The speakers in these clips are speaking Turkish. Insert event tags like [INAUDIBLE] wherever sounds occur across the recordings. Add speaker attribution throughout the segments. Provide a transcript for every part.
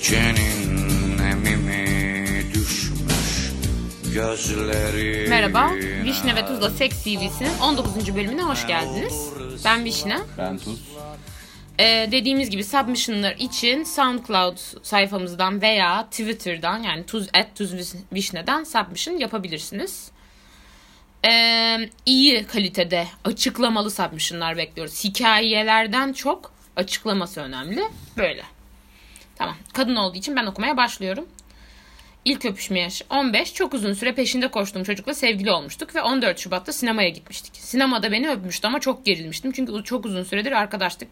Speaker 1: Gecenin emimi düşmüş gözleri.
Speaker 2: Merhaba, Vişne ve Tuzla Seks TV'sinin 19. bölümüne hoş geldiniz. Ben Vişne.
Speaker 3: Ben Tuz.
Speaker 2: Ee, dediğimiz gibi submissionlar için SoundCloud sayfamızdan veya Twitter'dan yani tuz at tuz vişneden submission yapabilirsiniz. Ee, iyi kalitede açıklamalı submissionlar bekliyoruz. Hikayelerden çok açıklaması önemli. Böyle. Tamam. Kadın olduğu için ben okumaya başlıyorum. İlk öpüşme yaşı 15. Çok uzun süre peşinde koştuğum çocukla sevgili olmuştuk ve 14 Şubat'ta sinemaya gitmiştik. Sinemada beni öpmüştü ama çok gerilmiştim çünkü çok uzun süredir arkadaştık.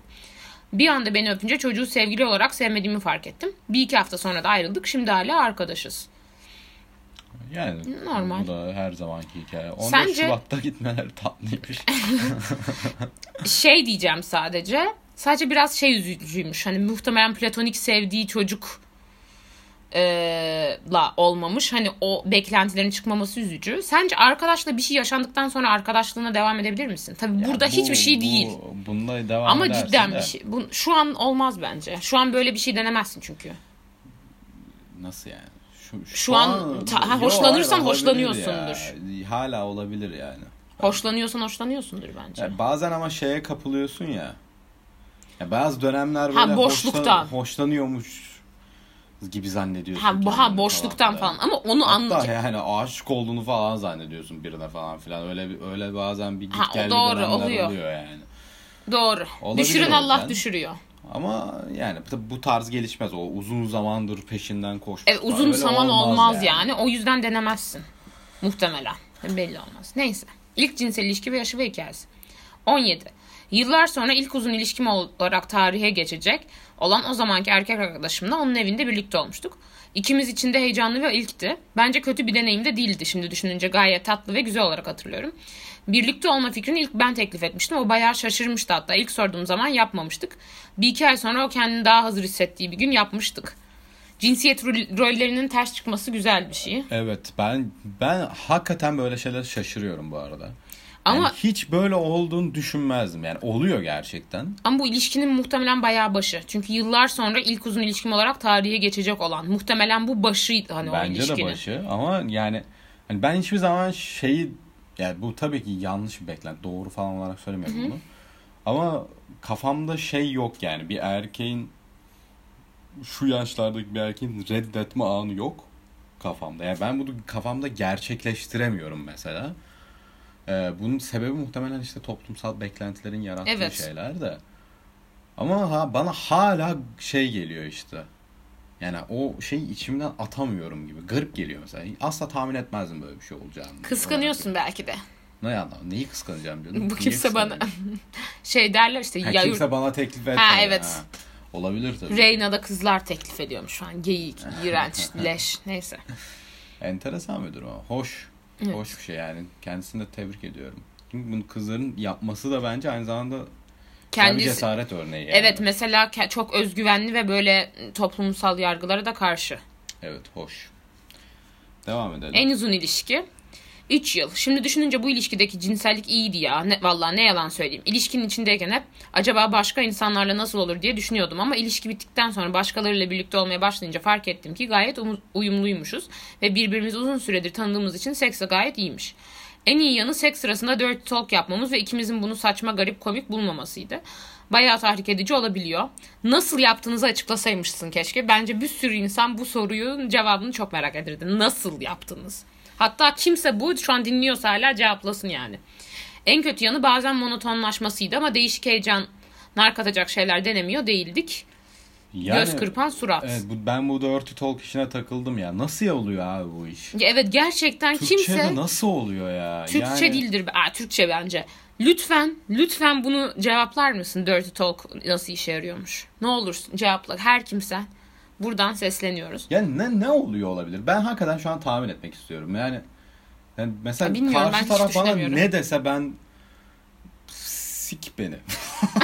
Speaker 2: Bir anda beni öpünce çocuğu sevgili olarak sevmediğimi fark ettim. Bir iki hafta sonra da ayrıldık. Şimdi hala arkadaşız.
Speaker 3: Yani
Speaker 2: Normal.
Speaker 3: bu da her zamanki hikaye. 14
Speaker 2: Sence-
Speaker 3: Şubat'ta gitmeler tatlıymış.
Speaker 2: Şey diyeceğim sadece. Sadece biraz şey üzücüymüş. Hani muhtemelen platonik sevdiği çocuk eee, la olmamış. Hani o beklentilerin çıkmaması üzücü. Sence arkadaşla bir şey yaşandıktan sonra arkadaşlığına devam edebilir misin? Tabii [LAUGHS] burada
Speaker 3: Yani bu-
Speaker 2: hiçbir şey
Speaker 3: bu-
Speaker 2: değil.
Speaker 3: Bunda devam
Speaker 2: Ama
Speaker 3: ederse
Speaker 2: cidden
Speaker 3: de-
Speaker 2: bir şey. Bu, şu an olmaz bence. Şu an böyle bir şey denemezsin çünkü.
Speaker 3: Nasıl yani? Şu,
Speaker 2: Şu an ta- ha,
Speaker 3: Yo,
Speaker 2: hoşlanırsan
Speaker 3: hayır, olabilir
Speaker 2: hoşlanıyorsundur.
Speaker 3: ya. Hala olabilir yani.
Speaker 2: Hoşlanıyorsan hoşlanıyorsundur bence.
Speaker 3: Ya bazen ama şeye kapılıyorsun ya. ya bazı dönemler böyle
Speaker 2: Ha, boşluktan.
Speaker 3: hoşlan- hoşlanıyormuş gibi zannediyorsun.
Speaker 2: Ha, bu, ha
Speaker 3: kendini
Speaker 2: boşluktan
Speaker 3: da.
Speaker 2: falan ama onu
Speaker 3: Hatta
Speaker 2: anlayacak.
Speaker 3: yani aşık olduğunu falan zannediyorsun birine falan filan. Öyle bir- öyle bazen bir git
Speaker 2: Ha, o
Speaker 3: gel
Speaker 2: doğru,
Speaker 3: doğru, oluyor.
Speaker 2: oluyor.
Speaker 3: oluyor yani.
Speaker 2: Doğru.
Speaker 3: Olabilir
Speaker 2: Düşüren
Speaker 3: o
Speaker 2: Allah
Speaker 3: yüzden.
Speaker 2: düşürüyor.
Speaker 3: Ama yani tabii bu tarz gelişmez. O uzun zamandır peşinden koşmuş.
Speaker 2: E,
Speaker 3: falan.
Speaker 2: uzun
Speaker 3: Öyle
Speaker 2: saman olmaz, yani. O yüzden denemezsin. Muhtemelen. Belli olmaz. Neyse. İlk cinsel ilişki ve yaşı ve hikayesi. 17. Yıllar sonra ilk uzun ilişkim olarak tarihe geçecek olan o zamanki erkek arkadaşımla onun evinde birlikte olmuştuk. İkimiz için de heyecanlı ve ilkti. Bence kötü bir deneyim de değildi şimdi düşününce gayet tatlı ve güzel olarak hatırlıyorum. Birlikte olma fikrini ilk ben teklif etmiştim. O bayağı şaşırmıştı hatta. İlk sorduğum zaman yapmamıştık. Bir iki ay sonra o kendini daha hazır hissettiği bir gün yapmıştık. Cinsiyet rol- rollerinin ters çıkması güzel bir şey.
Speaker 3: Evet ben ben hakikaten böyle şeyler şaşırıyorum bu arada.
Speaker 2: Ama
Speaker 3: Yani hiç böyle olduğunu düşünmezdim. Yani oluyor gerçekten.
Speaker 2: Ama bu ilişkinin muhtemelen bayağı başı. Çünkü yıllar sonra ilk uzun ilişkim olarak tarihe geçecek olan. Muhtemelen bu başıydı hani o
Speaker 3: Bence de
Speaker 2: ilişkinin.
Speaker 3: başı ama yani hani ben hiçbir zaman şeyi yani bu tabii ki yanlış bir beklenti. Doğru falan olarak söylemiyorum bunu. Ama kafamda şey yok yani bir erkeğin şu yaşlardaki bir erkeğin reddetme anı yok kafamda. Yani ben bunu kafamda gerçekleştiremiyorum mesela. Ee, bunun sebebi muhtemelen işte toplumsal beklentilerin yarattığı
Speaker 2: Evet.
Speaker 3: şeyler de. Ama ha, bana hala şey geliyor işte. Yani o şeyi içimden atamıyorum gibi. Garip geliyor mesela. Asla tahmin etmezdim böyle bir şey olacağını.
Speaker 2: Kıskanıyorsun belki de.
Speaker 3: Ne yalan? Neyi kıskanacağım canım?
Speaker 2: Bu
Speaker 3: Niye
Speaker 2: kimse bana
Speaker 3: kıskanayım?
Speaker 2: şey derler işte
Speaker 3: Ha,
Speaker 2: ya
Speaker 3: kimse bana teklif etmedi.
Speaker 2: evet.
Speaker 3: Olabilir tabii.
Speaker 2: Reyna'da kızlar teklif ediyormuş şu an.
Speaker 3: [LAUGHS]
Speaker 2: Geyik, iğrenç, leş. Neyse.
Speaker 3: Enteresan bir durum ama. Hoş. Hoş bir şey yani. Kendisini de tebrik ediyorum. Çünkü bunu kızların yapması da bence aynı zamanda güzel bir
Speaker 2: [LAUGHS] Kendisi
Speaker 3: cesaret örneği. Yani.
Speaker 2: Evet mesela ke- çok özgüvenli ve böyle toplumsal yargılara da karşı.
Speaker 3: Evet hoş. Devam edelim.
Speaker 2: En uzun ilişki 3 yıl. Şimdi düşününce bu ilişkideki cinsellik iyiydi ya. Ne, vallahi ne yalan söyleyeyim. İlişkinin içindeyken hep acaba başka insanlarla nasıl olur diye düşünüyordum ama ilişki bittikten sonra başkalarıyla birlikte olmaya başlayınca fark ettim ki gayet umu- uyumluymuşuz ve birbirimizi uzun süredir tanıdığımız için seks de gayet iyiymiş. En iyi yanı seks sırasında dirty talk yapmamız ve ikimizin bunu saçma garip komik bulmamasıydı. Bayağı tahrik edici olabiliyor. Nasıl yaptığınızı açıklasaymışsın keşke. Bence bir sürü insan bu sorunun cevabını çok merak ederdi. Nasıl yaptınız? Hatta kimse bu şu an dinliyorsa hala cevaplasın yani. En kötü yanı bazen monotonlaşmasıydı ama değişik heyecanlar katacak şeyler denemiyor değildik.
Speaker 3: Yani-
Speaker 2: Göz kırpan surat.
Speaker 3: Evet, bu, ben bu dirty talk işine takıldım ya. Nasıl ya oluyor abi bu iş?
Speaker 2: Ya Evet gerçekten
Speaker 3: Türkçe'de
Speaker 2: kimse
Speaker 3: nasıl oluyor ya?
Speaker 2: Türkçe
Speaker 3: yani,
Speaker 2: değildir. Aa, Türkçe bence. Lütfen, lütfen bunu cevaplar mısın? Dirty Talk nasıl işe yarıyormuş? Ne olursun cevapla. Her kimse. Buradan sesleniyoruz.
Speaker 3: Yani ne ne oluyor olabilir? Ben hakikaten şu an tahmin etmek istiyorum. Yani, yani mesela
Speaker 2: Ya bilmiyorum, ben
Speaker 3: karşı
Speaker 2: hiç
Speaker 3: taraf bana
Speaker 2: düşünemiyorum.
Speaker 3: ne dese ben sik beni.
Speaker 2: [LAUGHS]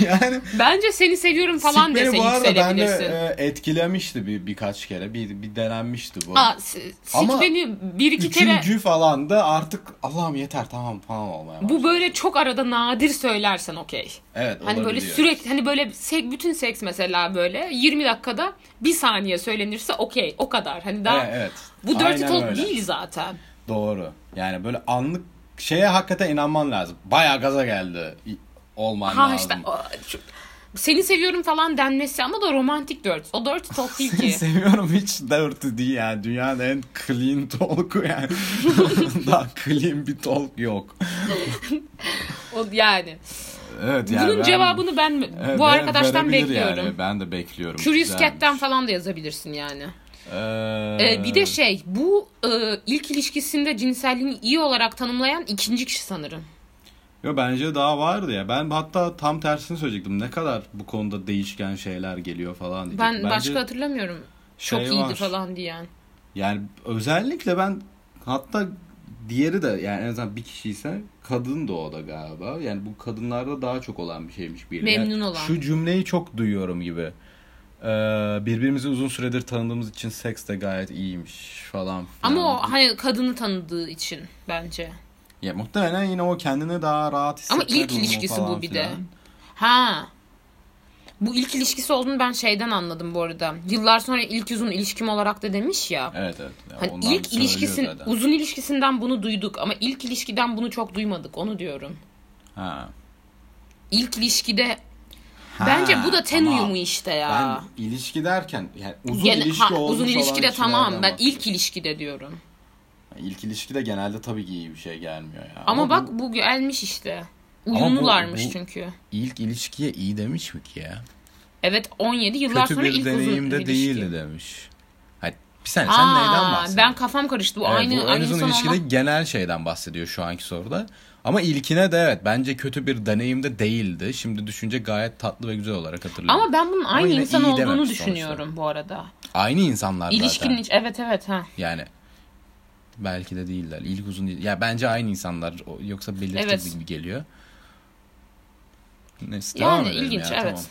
Speaker 3: yani
Speaker 2: Bence seni seviyorum falan
Speaker 3: sik
Speaker 2: dese
Speaker 3: beni bu arada bende
Speaker 2: yükselebilirsin.
Speaker 3: e, etkilemişti bir birkaç kere. Bir, bir denenmişti bu.
Speaker 2: Aa, s- sik
Speaker 3: Ama
Speaker 2: beni bir iki kere
Speaker 3: Üçüncü falan da artık Allah'ım yeter tamam falan olmaya başladı.
Speaker 2: bu böyle çok arada nadir söylersen okey.
Speaker 3: Evet
Speaker 2: Hani böyle
Speaker 3: olabiliyor.
Speaker 2: sürekli hani böyle sek, bütün seks mesela böyle 20 dakikada bir saniye söylenirse okey o kadar. Hani daha
Speaker 3: Evet, evet.
Speaker 2: bu dirty
Speaker 3: Aynen
Speaker 2: talk
Speaker 3: öyle.
Speaker 2: değil zaten.
Speaker 3: Doğru. Yani böyle anlık şeye hakikaten inanman lazım. Bayağı gaza geldi i- olman
Speaker 2: Ha
Speaker 3: lazım.
Speaker 2: işte aa, şu- seni seviyorum falan denmesi ama da romantik dirty. O dirty talk değil ki.
Speaker 3: [LAUGHS] Seviyorum hiç dirty değil yani. Dünyanın en clean talk'u
Speaker 2: [LAUGHS]
Speaker 3: yani. Daha clean bir talk yok.
Speaker 2: o yani.
Speaker 3: Evet yani.
Speaker 2: Bunun
Speaker 3: ben-
Speaker 2: cevabını ben
Speaker 3: Evet,
Speaker 2: bu
Speaker 3: ben-
Speaker 2: arkadaştan
Speaker 3: verebilir
Speaker 2: bekliyorum.
Speaker 3: Yani. Ben de bekliyorum.
Speaker 2: Curious
Speaker 3: Güzelmiş.
Speaker 2: Cat'ten falan da yazabilirsin yani.
Speaker 3: Ee,
Speaker 2: Ee, bir de şey bu e, ilk ilişkisinde cinselliğini iyi olarak tanımlayan ikinci kişi sanırım.
Speaker 3: Yo bence daha vardı ya. Ben hatta tam tersini söyleyecektim. Ne kadar bu konuda değişken şeyler geliyor falan. diye.
Speaker 2: Ben
Speaker 3: Bence
Speaker 2: başka hatırlamıyorum. Çok
Speaker 3: şey
Speaker 2: iyiydi
Speaker 3: var.
Speaker 2: falan diyen.
Speaker 3: Yani özellikle ben hatta diğeri de yani en azından bir kişiyse kadın da o da galiba. Yani bu kadınlarda daha çok olan bir şeymiş. Bir yani
Speaker 2: Memnun olan.
Speaker 3: Şu cümleyi çok duyuyorum gibi. Ee, birbirimizi uzun süredir tanıdığımız için seks de gayet iyiymiş falan.
Speaker 2: Ama
Speaker 3: filan.
Speaker 2: o hani kadını tanıdığı için bence.
Speaker 3: Ya muhtemelen yine o kendini daha rahat hissetme
Speaker 2: Ama ilk
Speaker 3: durumu
Speaker 2: ilişkisi
Speaker 3: falan
Speaker 2: bu bir de.
Speaker 3: filan.
Speaker 2: Ha. Bu ilk ilişkisi olduğunu ben şeyden anladım bu arada. Yıllar sonra ilk uzun ilişkim olarak da demiş ya.
Speaker 3: Evet evet. Ya
Speaker 2: Hani
Speaker 3: ondan
Speaker 2: ilk
Speaker 3: söylüyor
Speaker 2: ilişkisin
Speaker 3: zaten.
Speaker 2: uzun ilişkisinden bunu duyduk ama ilk ilişkiden bunu çok duymadık onu diyorum.
Speaker 3: Ha.
Speaker 2: İlk ilişkide bence
Speaker 3: Ha,
Speaker 2: bu da ten
Speaker 3: tamam.
Speaker 2: uyumu işte
Speaker 3: Ben
Speaker 2: ya.
Speaker 3: ilişki derken yani uzun
Speaker 2: Gene-
Speaker 3: ilişki
Speaker 2: ha,
Speaker 3: olmuş
Speaker 2: uzun
Speaker 3: olan
Speaker 2: ilişkide
Speaker 3: kişilerden
Speaker 2: tamam. Ben
Speaker 3: bahsediyorum.
Speaker 2: ilk ilişkide diyorum.
Speaker 3: İlk ilişki de genelde tabii ki iyi bir şey gelmiyor ya.
Speaker 2: Ama,
Speaker 3: bu
Speaker 2: bak bu gelmiş işte.
Speaker 3: bu-
Speaker 2: Uyumlularmış
Speaker 3: bu-
Speaker 2: çünkü.
Speaker 3: ilk ilişkiye iyi demiş mi ki ya?
Speaker 2: Evet 17 yıllar
Speaker 3: Kötü
Speaker 2: sonra
Speaker 3: bir
Speaker 2: ilk uzun
Speaker 3: deneyimde
Speaker 2: ilişki.
Speaker 3: değildi demiş. Hayır, bir saniye sen
Speaker 2: Aa,
Speaker 3: neyden bahsediyorsun?
Speaker 2: Ben kafam karıştı. Bu
Speaker 3: Evet,
Speaker 2: aynı,
Speaker 3: bu en
Speaker 2: aynı
Speaker 3: uzun
Speaker 2: insan
Speaker 3: ilişkide
Speaker 2: olmak.
Speaker 3: genel şeyden bahsediyor şu anki soruda. Ama ilkine de evet bence kötü bir deneyimde değildi. Şimdi düşünce gayet tatlı ve güzel olarak hatırlıyorum.
Speaker 2: Ama ben bunun aynı
Speaker 3: yine
Speaker 2: insan
Speaker 3: iyi
Speaker 2: olduğunu
Speaker 3: dememiş sonuçta.
Speaker 2: düşünüyorum bu arada.
Speaker 3: Aynı insanlar
Speaker 2: İlişkinin
Speaker 3: zaten.
Speaker 2: iç evet evet ha.
Speaker 3: Yani belki de değiller. İlk uzun ya bence aynı insanlar O- yoksa belirtici
Speaker 2: Evet.
Speaker 3: gibi geliyor. Neyse
Speaker 2: Yani
Speaker 3: devam edelim
Speaker 2: ilginç,
Speaker 3: ya,
Speaker 2: evet.
Speaker 3: tamam.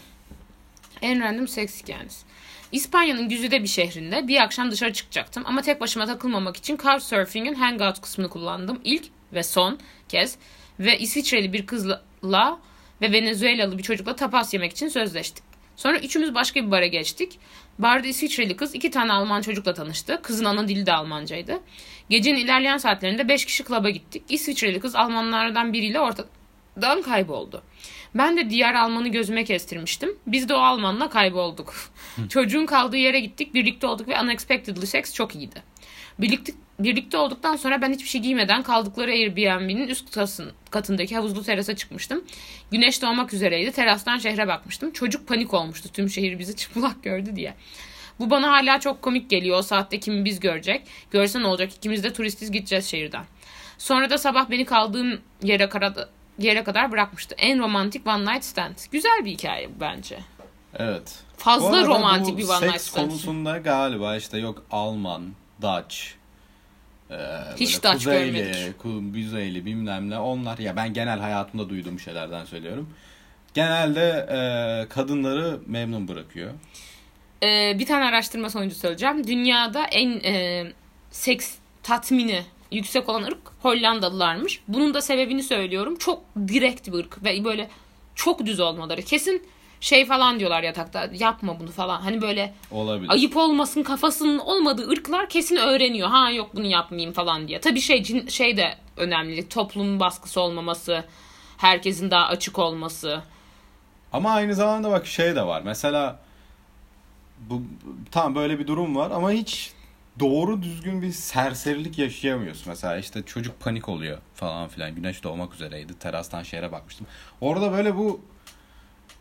Speaker 2: En random seks hikayeniz. İspanya'nın güzide bir şehrinde bir akşam dışarı çıkacaktım ama tek başıma takılmamak için Couchsurfing'in hangout kısmını kullandım. İlk ve son kez ve İsviçreli bir kızla ve Venezuelalı bir çocukla tapas yemek için sözleştik. Sonra üçümüz başka bir bara geçtik. Barda İsviçreli kız iki tane Alman çocukla tanıştı. Kızın ana dili de Almancaydı. Gecenin ilerleyen saatlerinde beş kişi klaba gittik. İsviçreli kız Almanlardan biriyle ortadan kayboldu. Ben de diğer Alman'ı gözüme kestirmiştim. Biz de o Alman'la kaybolduk. [LAUGHS] Çocuğun kaldığı yere gittik, birlikte olduk ve unexpectedly seks çok iyiydi. Birlikte, birlikte olduktan sonra ben hiçbir şey giymeden kaldıkları Airbnb'nin üst katasın- katındaki havuzlu terasa çıkmıştım. Güneş doğmak üzereydi. Terastan şehre bakmıştım. Çocuk panik olmuştu tüm şehir bizi çıplak gördü diye. Bu bana hala çok komik geliyor. O saatte kimi biz görecek? Görsen olacak. İkimiz de turistiz gideceğiz şehirden. Sonra da sabah beni kaldığım yere, karada, yere kadar bırakmıştı. En romantik one night stand. Güzel bir hikaye bu bence.
Speaker 3: Evet.
Speaker 2: Fazla
Speaker 3: Bu arada
Speaker 2: romantik
Speaker 3: bu
Speaker 2: bir one night
Speaker 3: Seks
Speaker 2: stand.
Speaker 3: konusunda galiba işte yok Alman, Dutch, e,
Speaker 2: Hiç
Speaker 3: böyle
Speaker 2: Dutch
Speaker 3: kuzeyli,
Speaker 2: görmedik.
Speaker 3: Kuzeyli bilmem ne onlar ya ben genel hayatımda duyduğum şeylerden söylüyorum. Genelde e, kadınları memnun bırakıyor.
Speaker 2: Ee, bir tane araştırma sonucu söyleyeceğim. Dünyada en e, seks tatmini yüksek olan ırk Hollandalılarmış. Bunun da sebebini söylüyorum. Çok direkt bir ırk ve böyle çok düz olmaları. Kesin şey falan diyorlar yatakta yapma bunu falan. Hani böyle
Speaker 3: Olabilir.
Speaker 2: ayıp olmasın kafasının olmadığı ırklar kesin öğreniyor. Ha yok bunu yapmayayım falan diye. Tabii şey cin- şey de önemli. Toplumun baskısı olmaması, herkesin daha açık olması.
Speaker 3: Ama aynı zamanda bak şey de var. Mesela bu tam böyle bir durum var ama hiç doğru düzgün bir serserilik yaşayamıyorsun. Mesela işte çocuk panik oluyor falan filan. Güneş doğmak üzereydi. Terastan şehre bakmıştım. Orada böyle bu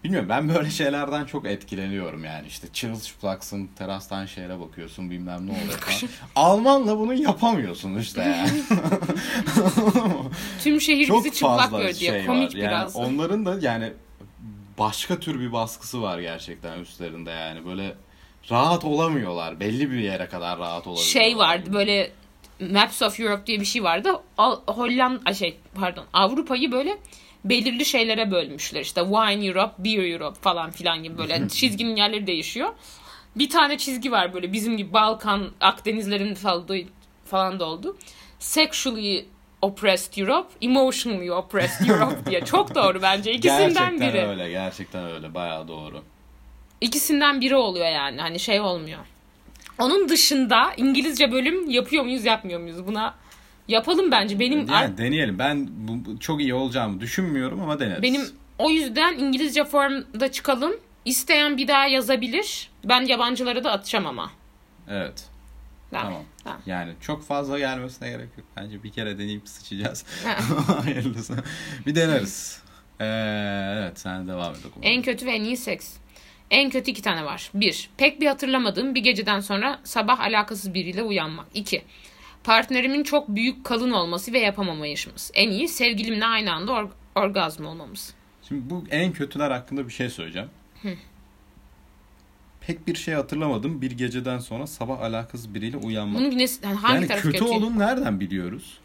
Speaker 3: bilmiyorum ben böyle şeylerden çok etkileniyorum yani. işte çırılçıplaksın, terastan şehre bakıyorsun bilmem ne oluyor falan. Almanla bunu yapamıyorsun işte yani.
Speaker 2: Tüm şehir
Speaker 3: çok
Speaker 2: bizi çıplak
Speaker 3: fazla
Speaker 2: gör diye.
Speaker 3: şey
Speaker 2: Komik
Speaker 3: var. Yani
Speaker 2: biraz.
Speaker 3: onların da yani başka tür bir baskısı var gerçekten üstlerinde yani böyle rahat olamıyorlar. Belli bir yere kadar rahat olamıyorlar.
Speaker 2: şey vardı böyle Maps of Europe diye bir şey vardı. Al- Hollanda şey pardon Avrupa'yı böyle belirli şeylere bölmüşler. İşte Wine Europe, Beer Europe falan filan gibi
Speaker 3: [LAUGHS]
Speaker 2: böyle çizginin yerleri değişiyor. Bir tane çizgi var böyle bizim gibi Balkan, Akdenizlerin saldığı falan da oldu. Sexually oppressed Europe, emotionally oppressed
Speaker 3: [LAUGHS]
Speaker 2: Europe diye. Çok doğru bence. İkisinden
Speaker 3: gerçekten
Speaker 2: biri.
Speaker 3: öyle gerçekten öyle bayağı doğru.
Speaker 2: İkisinden biri oluyor yani. Hani şey olmuyor. Onun dışında İngilizce bölüm yapıyor muyuz yapmıyor muyuz? Buna yapalım bence. Benim ar-
Speaker 3: Yani deneyelim. Ben bu, bu çok iyi olacağımı düşünmüyorum ama deneriz.
Speaker 2: benim o yüzden İngilizce formda çıkalım. İsteyen bir daha yazabilir. Ben yabancılara da atacağım ama.
Speaker 3: Evet.
Speaker 2: Ben-
Speaker 3: Tamam.
Speaker 2: Tamam.
Speaker 3: Yani çok fazla gelmesine gerek yok. Bence bir kere deneyip sıçacağız. [LAUGHS] Hayırlısı. Bir deneriz. Ee, evet sen devam et okumaya.
Speaker 2: En kötü ve en iyi seks. En kötü iki tane var. Bir, pek bir hatırlamadığım bir geceden sonra sabah alakasız biriyle uyanmak. İki, partnerimin çok büyük kalın olması ve yapamamayışımız. En iyi sevgilimle aynı anda or- orgazm olmamız.
Speaker 3: Şimdi bu en kötüler hakkında bir şey söyleyeceğim. Pek bir şey hatırlamadım. Bir geceden sonra sabah alakasız biriyle uyanmak.
Speaker 2: Bunun ne, yani hangi
Speaker 3: yani
Speaker 2: taraf
Speaker 3: kötü,
Speaker 2: kötü,
Speaker 3: olun nereden biliyoruz?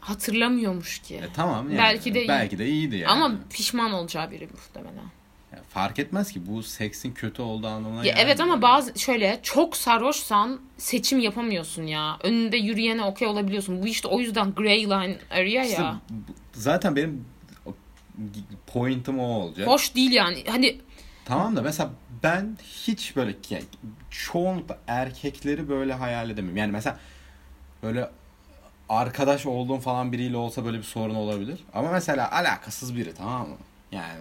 Speaker 2: Hatırlamıyormuş ki.
Speaker 3: E tamam yani.
Speaker 2: Belki de iyi.
Speaker 3: Belki de iyiydi yani.
Speaker 2: Ama pişman olacağı biri muhtemelen.
Speaker 3: Yani fark etmez ki bu seksin kötü olduğu anlamına
Speaker 2: Ya
Speaker 3: gelmiyor.
Speaker 2: evet ama bazı şöyle çok sarhoşsan seçim yapamıyorsun ya. Önünde yürüyene okey olabiliyorsun. Bu işte o yüzden grey line area
Speaker 3: İşte
Speaker 2: ya.
Speaker 3: bu- zaten benim pointim o olacak.
Speaker 2: Hoş değil yani. Hani
Speaker 3: Tamam da mesela ben hiç böyle yani çoğunlukla erkekleri böyle hayal edemiyorum. Yani mesela böyle arkadaş olduğum falan biriyle olsa böyle bir sorun olabilir. Ama mesela alakasız biri tamam mı? Yani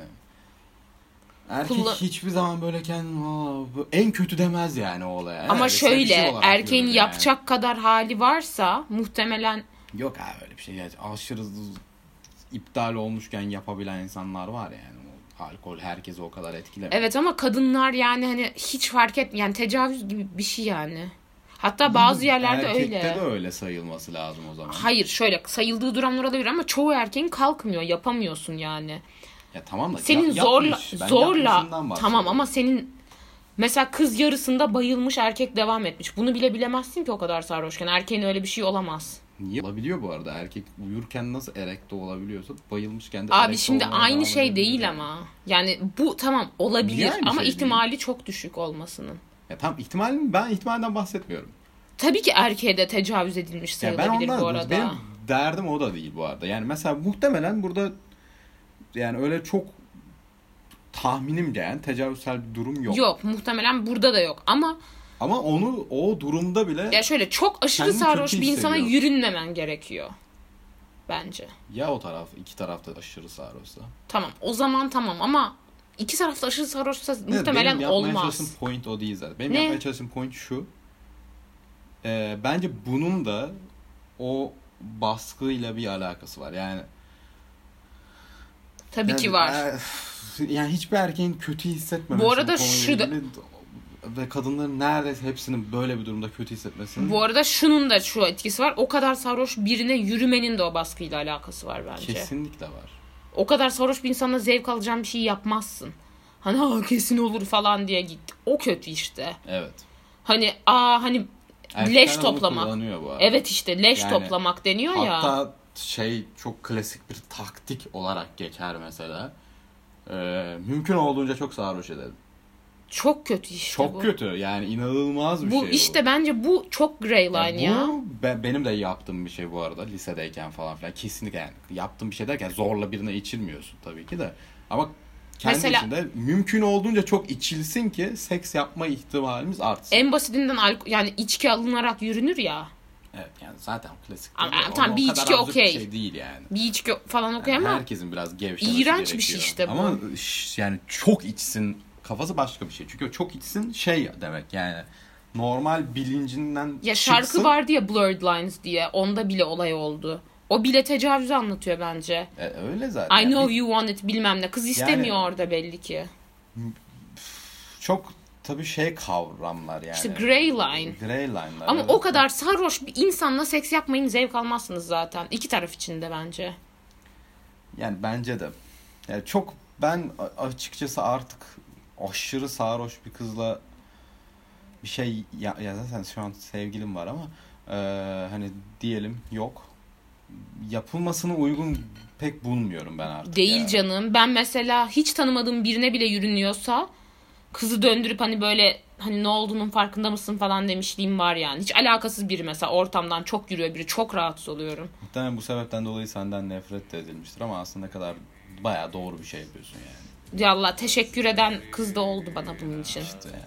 Speaker 3: erkek
Speaker 2: Kullan-
Speaker 3: hiçbir zaman böyle kendini "Aa, bu en kötü demez yani o olaya.
Speaker 2: Ama
Speaker 3: Neredeyse bir
Speaker 2: şöyle
Speaker 3: şey olarak
Speaker 2: erkeğin
Speaker 3: görür yani.
Speaker 2: yapacak kadar hali varsa muhtemelen
Speaker 3: Yok abi öyle bir şey. Yani aşırı z- iptal olmuşken yapabilen insanlar var yani. O Alkol herkesi o kadar etkilemiyor.
Speaker 2: evet ama kadınlar yani hani hiç fark etmiyor. Yani tecavüz gibi bir şey yani. Hatta bazı yerlerde
Speaker 3: Erkekte
Speaker 2: öyle.
Speaker 3: de öyle sayılması lazım o zaman.
Speaker 2: Hayır şöyle sayıldığı durumlar olabilir ama çoğu erkeğin kalkmıyor yapamıyorsun yani.
Speaker 3: Ya tamam da
Speaker 2: Senin
Speaker 3: yap-
Speaker 2: zorla
Speaker 3: yapmış. Ben
Speaker 2: zorla
Speaker 3: yapmışından bahsediyorum.
Speaker 2: tamam ama senin mesela kız yarısında bayılmış erkek devam etmiş. Bunu bile bilemezsin ki o kadar sarhoşken. Erkeğin öyle bir şey olamaz.
Speaker 3: Niye? Olabiliyor bu arada. Erkek uyurken nasıl erekte olabiliyorsa bayılmışken de
Speaker 2: Abi
Speaker 3: erekte
Speaker 2: şimdi
Speaker 3: olmaya
Speaker 2: aynı
Speaker 3: devam
Speaker 2: şey
Speaker 3: edebilir
Speaker 2: değil
Speaker 3: yani.
Speaker 2: ama. Yani bu tamam olabilir
Speaker 3: Niye aynı
Speaker 2: ama
Speaker 3: şey değil?
Speaker 2: ihtimali çok düşük olmasının.
Speaker 3: Ya tamam ihtimal mi? Ben ihtimalden bahsetmiyorum.
Speaker 2: Tabii ki erkeğe de tecavüz edilmiş
Speaker 3: Ya ben
Speaker 2: sayılabilir
Speaker 3: ondan
Speaker 2: bu arada.
Speaker 3: benim derdim o da değil bu arada. Yani mesela muhtemelen burada yani öyle çok tahminimce yani tecavüzsel bir durum yok.
Speaker 2: Yok muhtemelen burada da yok ama
Speaker 3: Ama onu o durumda bile
Speaker 2: ya şöyle çok aşırı
Speaker 3: Kendini
Speaker 2: sarhoş
Speaker 3: kötü
Speaker 2: bir insana
Speaker 3: hissediyor.
Speaker 2: yürünmemen gerekiyor. Bence.
Speaker 3: ya o taraf iki tarafta aşırı sarhoşsa.
Speaker 2: Tamam o zaman tamam ama iki tarafta aşırı sarhoşsa
Speaker 3: Evet,
Speaker 2: muhtemelen
Speaker 3: benim yapmaya
Speaker 2: olmaz.
Speaker 3: çalıştığım point o değil zaten. Benim
Speaker 2: Ne?
Speaker 3: yapmaya çalıştığım point şu. Ee, bence bunun da o baskıyla bir alakası var. Yani
Speaker 2: Tabii
Speaker 3: yani,
Speaker 2: ki var.
Speaker 3: e, yani hiçbir erkeğin kötü hissetmemesi
Speaker 2: Bu arada
Speaker 3: konuyla
Speaker 2: şu da-
Speaker 3: ilgili ve kadınların neredeyse hepsinin böyle bir durumda kötü hissetmesinin
Speaker 2: Bu arada şunun da şu etkisi var. O kadar sarhoş birine yürümenin de o baskıyla alakası var bence.
Speaker 3: kesinlikle var.
Speaker 2: O kadar sarhoş bir insanla zevk alacağın bir şey yapmazsın. Hani "Aa, kesin olur falan diye gitti. O kötü işte.
Speaker 3: Evet.
Speaker 2: Hani aa hani
Speaker 3: Erkekler
Speaker 2: leş
Speaker 3: bunu
Speaker 2: toplamak.
Speaker 3: kullanıyor bu arada.
Speaker 2: Evet işte leş
Speaker 3: Yani
Speaker 2: toplamak deniyor ya.
Speaker 3: Hatta şey çok klasik bir taktik olarak geçer mesela. Ee, mümkün olduğunca çok sarhoş edelim.
Speaker 2: Çok kötü işte
Speaker 3: Çok
Speaker 2: bu.
Speaker 3: kötü yani inanılmaz bir
Speaker 2: bu
Speaker 3: şey bu.
Speaker 2: işte bence bu çok grey
Speaker 3: Ya
Speaker 2: line ya.
Speaker 3: bu be- benim de yaptığım bir şey bu arada lisedeyken falan filan kesinlikle yani yaptığım bir şey derken zorla birine içilmiyorsun tabii ki de ama kendi
Speaker 2: Mesela-
Speaker 3: içinde mümkün olduğunca çok içilsin ki seks yapma ihtimalimiz artsın.
Speaker 2: En basitinden alko- yani içki alınarak yürünür ya.
Speaker 3: evet yani zaten klasik.
Speaker 2: Ama-
Speaker 3: değil de
Speaker 2: tamam,
Speaker 3: o- o
Speaker 2: bir
Speaker 3: kadar
Speaker 2: içki
Speaker 3: absürt bir
Speaker 2: okey.
Speaker 3: şey değil yani.
Speaker 2: Bir içki falan
Speaker 3: Yani
Speaker 2: okuyamam.
Speaker 3: herkesin biraz gevşemesi
Speaker 2: İğrenç bir
Speaker 3: gerekiyor.
Speaker 2: şey işte bu.
Speaker 3: Ama ş- yani çok içsin kafası başka bir şey. Çünkü o çok içsin şey demek yani normal bilincinden
Speaker 2: Ya şarkı
Speaker 3: çıksın.
Speaker 2: vardı ya Blurred Lines diye. Onda bile olay oldu. O bile tecavüzü anlatıyor bence.
Speaker 3: E, öyle zaten.
Speaker 2: I
Speaker 3: Yani
Speaker 2: know
Speaker 3: bir-
Speaker 2: you want it bilmem ne. Kız istemiyor
Speaker 3: Yani-
Speaker 2: orada belli ki.
Speaker 3: Çok tabii şey kavramlar yani.
Speaker 2: İşte grey line.
Speaker 3: Grey line'lar.
Speaker 2: Ama
Speaker 3: evet.
Speaker 2: o kadar sarhoş bir insanla seks yapmayın zevk almazsınız zaten. İki taraf için de bence.
Speaker 3: Yani bence de. Yani çok ben a- açıkçası artık aşırı sarhoş bir kızla bir şey ya, ya zaten şu an sevgilim var ama Ee, hani diyelim yok. Yapılmasını uygun pek bulmuyorum ben artık.
Speaker 2: Değil
Speaker 3: yani.
Speaker 2: canım. Ben mesela hiç tanımadığım birine bile yürünüyorsa kızı döndürüp hani böyle hani ne olduğunun farkında mısın falan demişliğim var yani. Hiç alakasız biri mesela ortamdan çok yürüyor biri çok rahatsız oluyorum.
Speaker 3: Muhtemelen bu sebepten dolayı senden nefret de edilmiştir ama aslında ne kadar bayağı doğru bir şey yapıyorsun yani.
Speaker 2: Ya Allah teşekkür eden kız da oldu bana bunun için.
Speaker 3: İşte yani.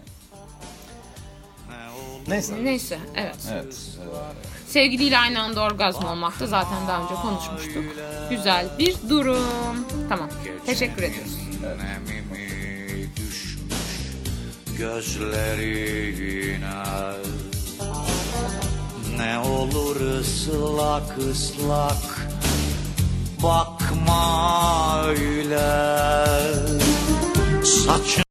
Speaker 3: Neyse.
Speaker 2: Neyse evet.
Speaker 3: Evet. ee,
Speaker 2: Sevgiliyle aynı anda orgazm olmak da zaten daha önce konuşmuştuk. Güzel bir durum. Tamam. Teşekkür ediyoruz.
Speaker 1: Nemimi düşmüş gözlerine Ne olur ıslak ıslak bakma öyle Saçın